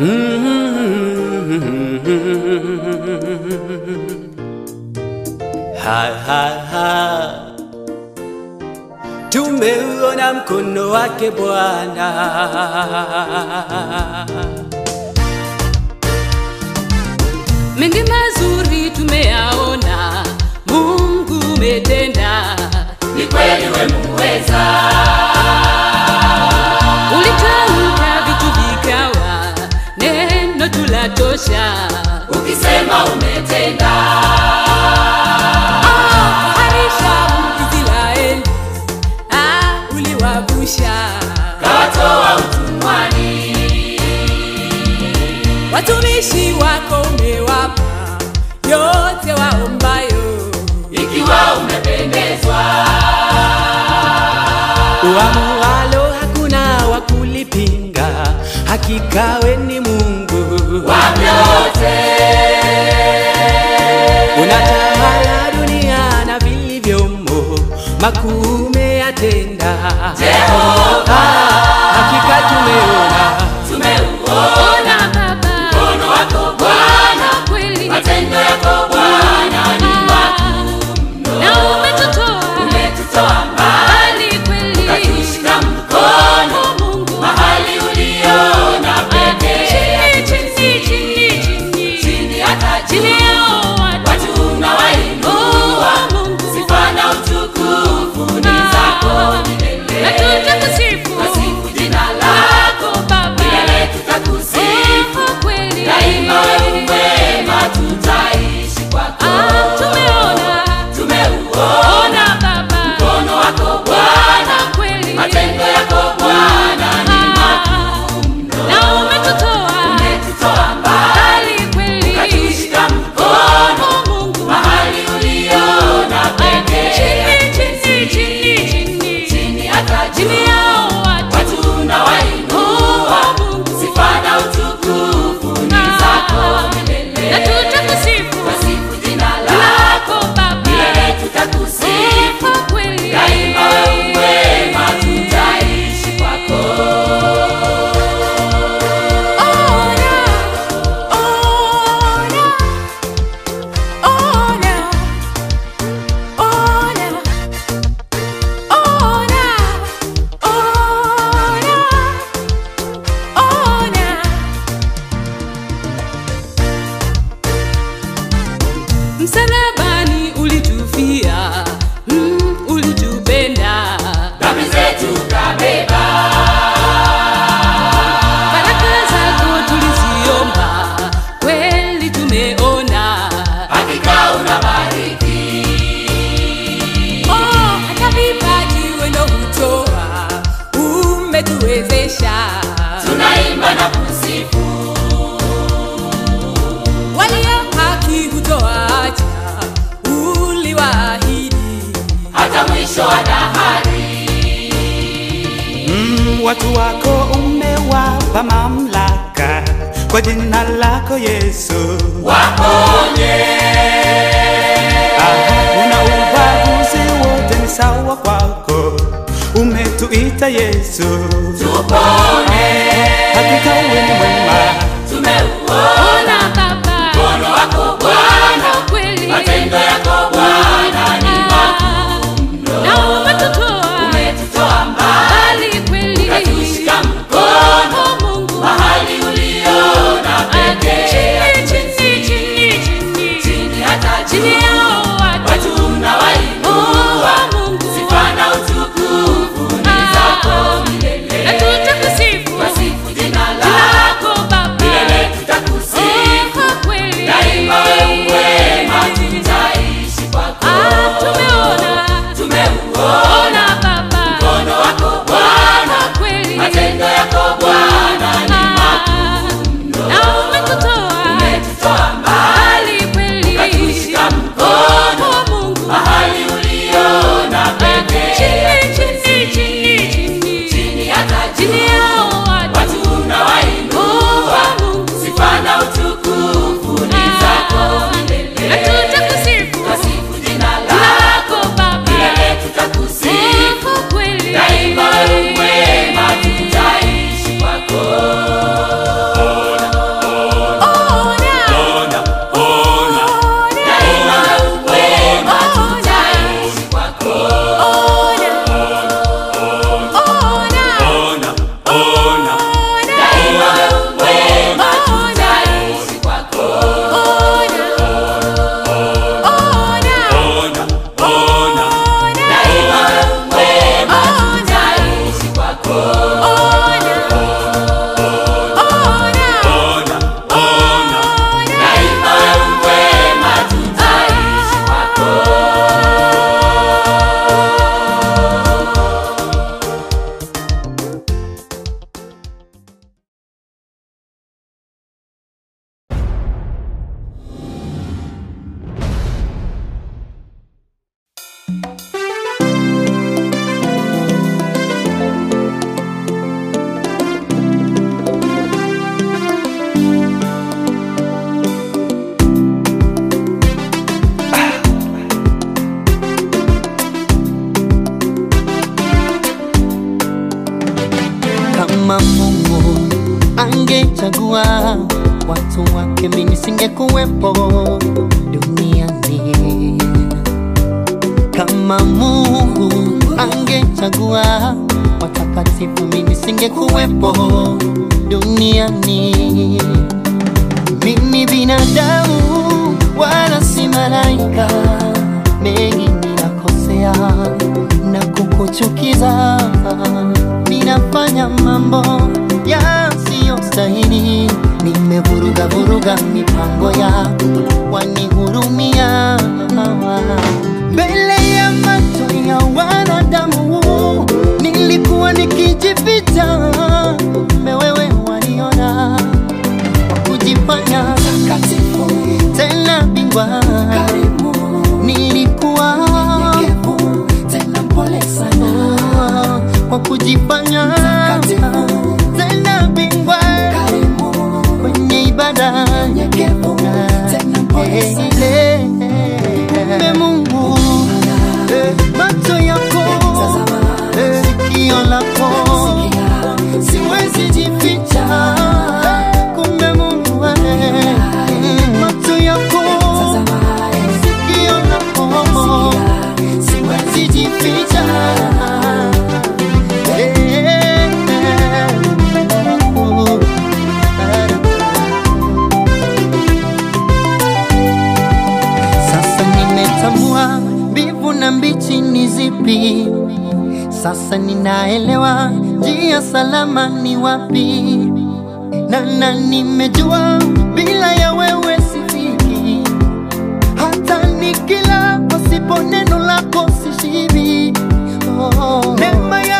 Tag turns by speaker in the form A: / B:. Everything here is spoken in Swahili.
A: Mm-hmm. Ha, ha, ha. Tumeuona mkono wake Bwana,
B: mengi mazuri tumeyaona, Mungu umetenda,
C: Ni kweli we muweza,
B: ulitamka vitu vikawa, neno tulatosha.
C: ukisema umetenda,
B: Ah, harisha Israeli, ah, uliwavusha
C: kawatoa utumwani,
B: watumishi wako, umewapa yote waombayo.
C: ikiwa umependezwa,
A: uamualo hakuna wa kulipinga, hakika we ni Mungu,
C: wamyote
A: unatawala dunia na vilivyomo, makuu umeyatenda. Jehova, hakika tumeona
C: tumeuona
B: Baba,
C: mkono wako Bwana,
B: kweli
C: matendo yako Bwana ni
B: na umetutoa
C: umetutoa
B: mbali kweli,
C: ukatushika mkono
B: Mungu
C: mahali uliona pekee,
B: chini chini chini chini
C: chini hata
B: chini
C: juu
B: yao watu
C: watu unawainua
B: Oh, Mungu
C: sifa na utukufu ni zako
B: na
C: milele,
B: tutakusifu
C: nasifu jina lako
B: Baba
C: milele, tutakusifu
B: oh kweli
C: daima, wewe mwema, tutaishi kwako.
B: ah tumeona
C: Tumeuona
B: ona Baba
C: mkono wako Bwana,
B: kweli
C: matendo yako Bwana,
B: Ah, na umetutoa
C: umetutoa mbali,
B: mbali kweli
C: ukatushika mkono
B: oh Mungu Ah,
C: mahali uliona pekee,
B: chini chini chini chini
C: chini hata
B: chini
C: juu
B: yao watu
C: watu unawainua
B: oh Mungu Ah,
C: sifa na utukufu ni zako milele.
B: na tutakusifu
C: Twasifu jina
B: lako
C: lako milele,
B: Baba
C: tutakusifu
B: sifa kweli
C: daima, wewe mwema, tutaishi kwako.
B: Ona, ona, ona, ona, ona, ona, ona. Msalabani ulitufia, mm, ulitupenda.
C: Dhambi zetu kabeba,
B: Baraka zako tuliziomba, kweli tumeona.
C: hakika unabariki,
B: Oh, hata vipaji wendo hutoa, umetuwezesha.
C: tunaimba na kusifu
B: Walio haki hutoacha, uliwaahidi.
C: hata mwisho wa dahari.
A: Mm, watu wako umewapa mamlaka kwa jina lako Yesu,
C: Waponye,
A: Aha, una ubaguzi wote ni sawa kwako, umetuita Yesu,
C: tupone,
A: hakika wewe ni mwema.
C: tumeuona
B: Ona Baba,
C: mkono wako Bwana,
B: kweli
C: matendo yako Bwana ni makuu.
B: Ah, na umetutoa
C: Umetutoa mbali,
B: mbali kweli.
C: ukatushika mkono
B: Oh, Mungu
C: mahali uliona pekee,
B: chini chini chini chini
C: chini hata
B: chini
C: juu
B: yao watu
C: watu unawainua
B: Oh, Mungu Ah.
C: sifa na utukufu ni zako milele.
B: na tutakusifu
C: Twasifu jina
B: lako
C: lako
B: Baba
C: milele, tutakusifu
B: Ah, Ah,
D: kama Mungu angechagua watu wake, mimi singekuwepo duniani. Kama Mungu angechagua watakatifu, mimi singekuwepo duniani. Mimi binadamu wala si malaika, mengi ninakosea na kukuchukiza, ninafanya mambo yasiyostahili, nimevuruga vuruga mipango yako, wanihurumia mbele ya macho ya wanadamu, nilikuwa nikijificha, kumbe wewe waliona kujifanya takatifu tena bingwa karibu nilikuwa nyenyekevu tena pole sana kwa kujifanya takatifu tena bingwa karibu kwenye ibada nyenyekevu tena pole sana kumbe Mungu eh, macho yako eh, sikio lako siwezi jificha kumbe Mungu wewe macho yako sikio lako siwezi jificha Eh, Mungu. Sasa nimetambua mbivu na mbichi ni zipi, sasa ninaelewa njia salama ni wapi, na na nimejua bila ya wewe sifiki, hata nikila pasipo neno lako sishibi. Oh, neema ya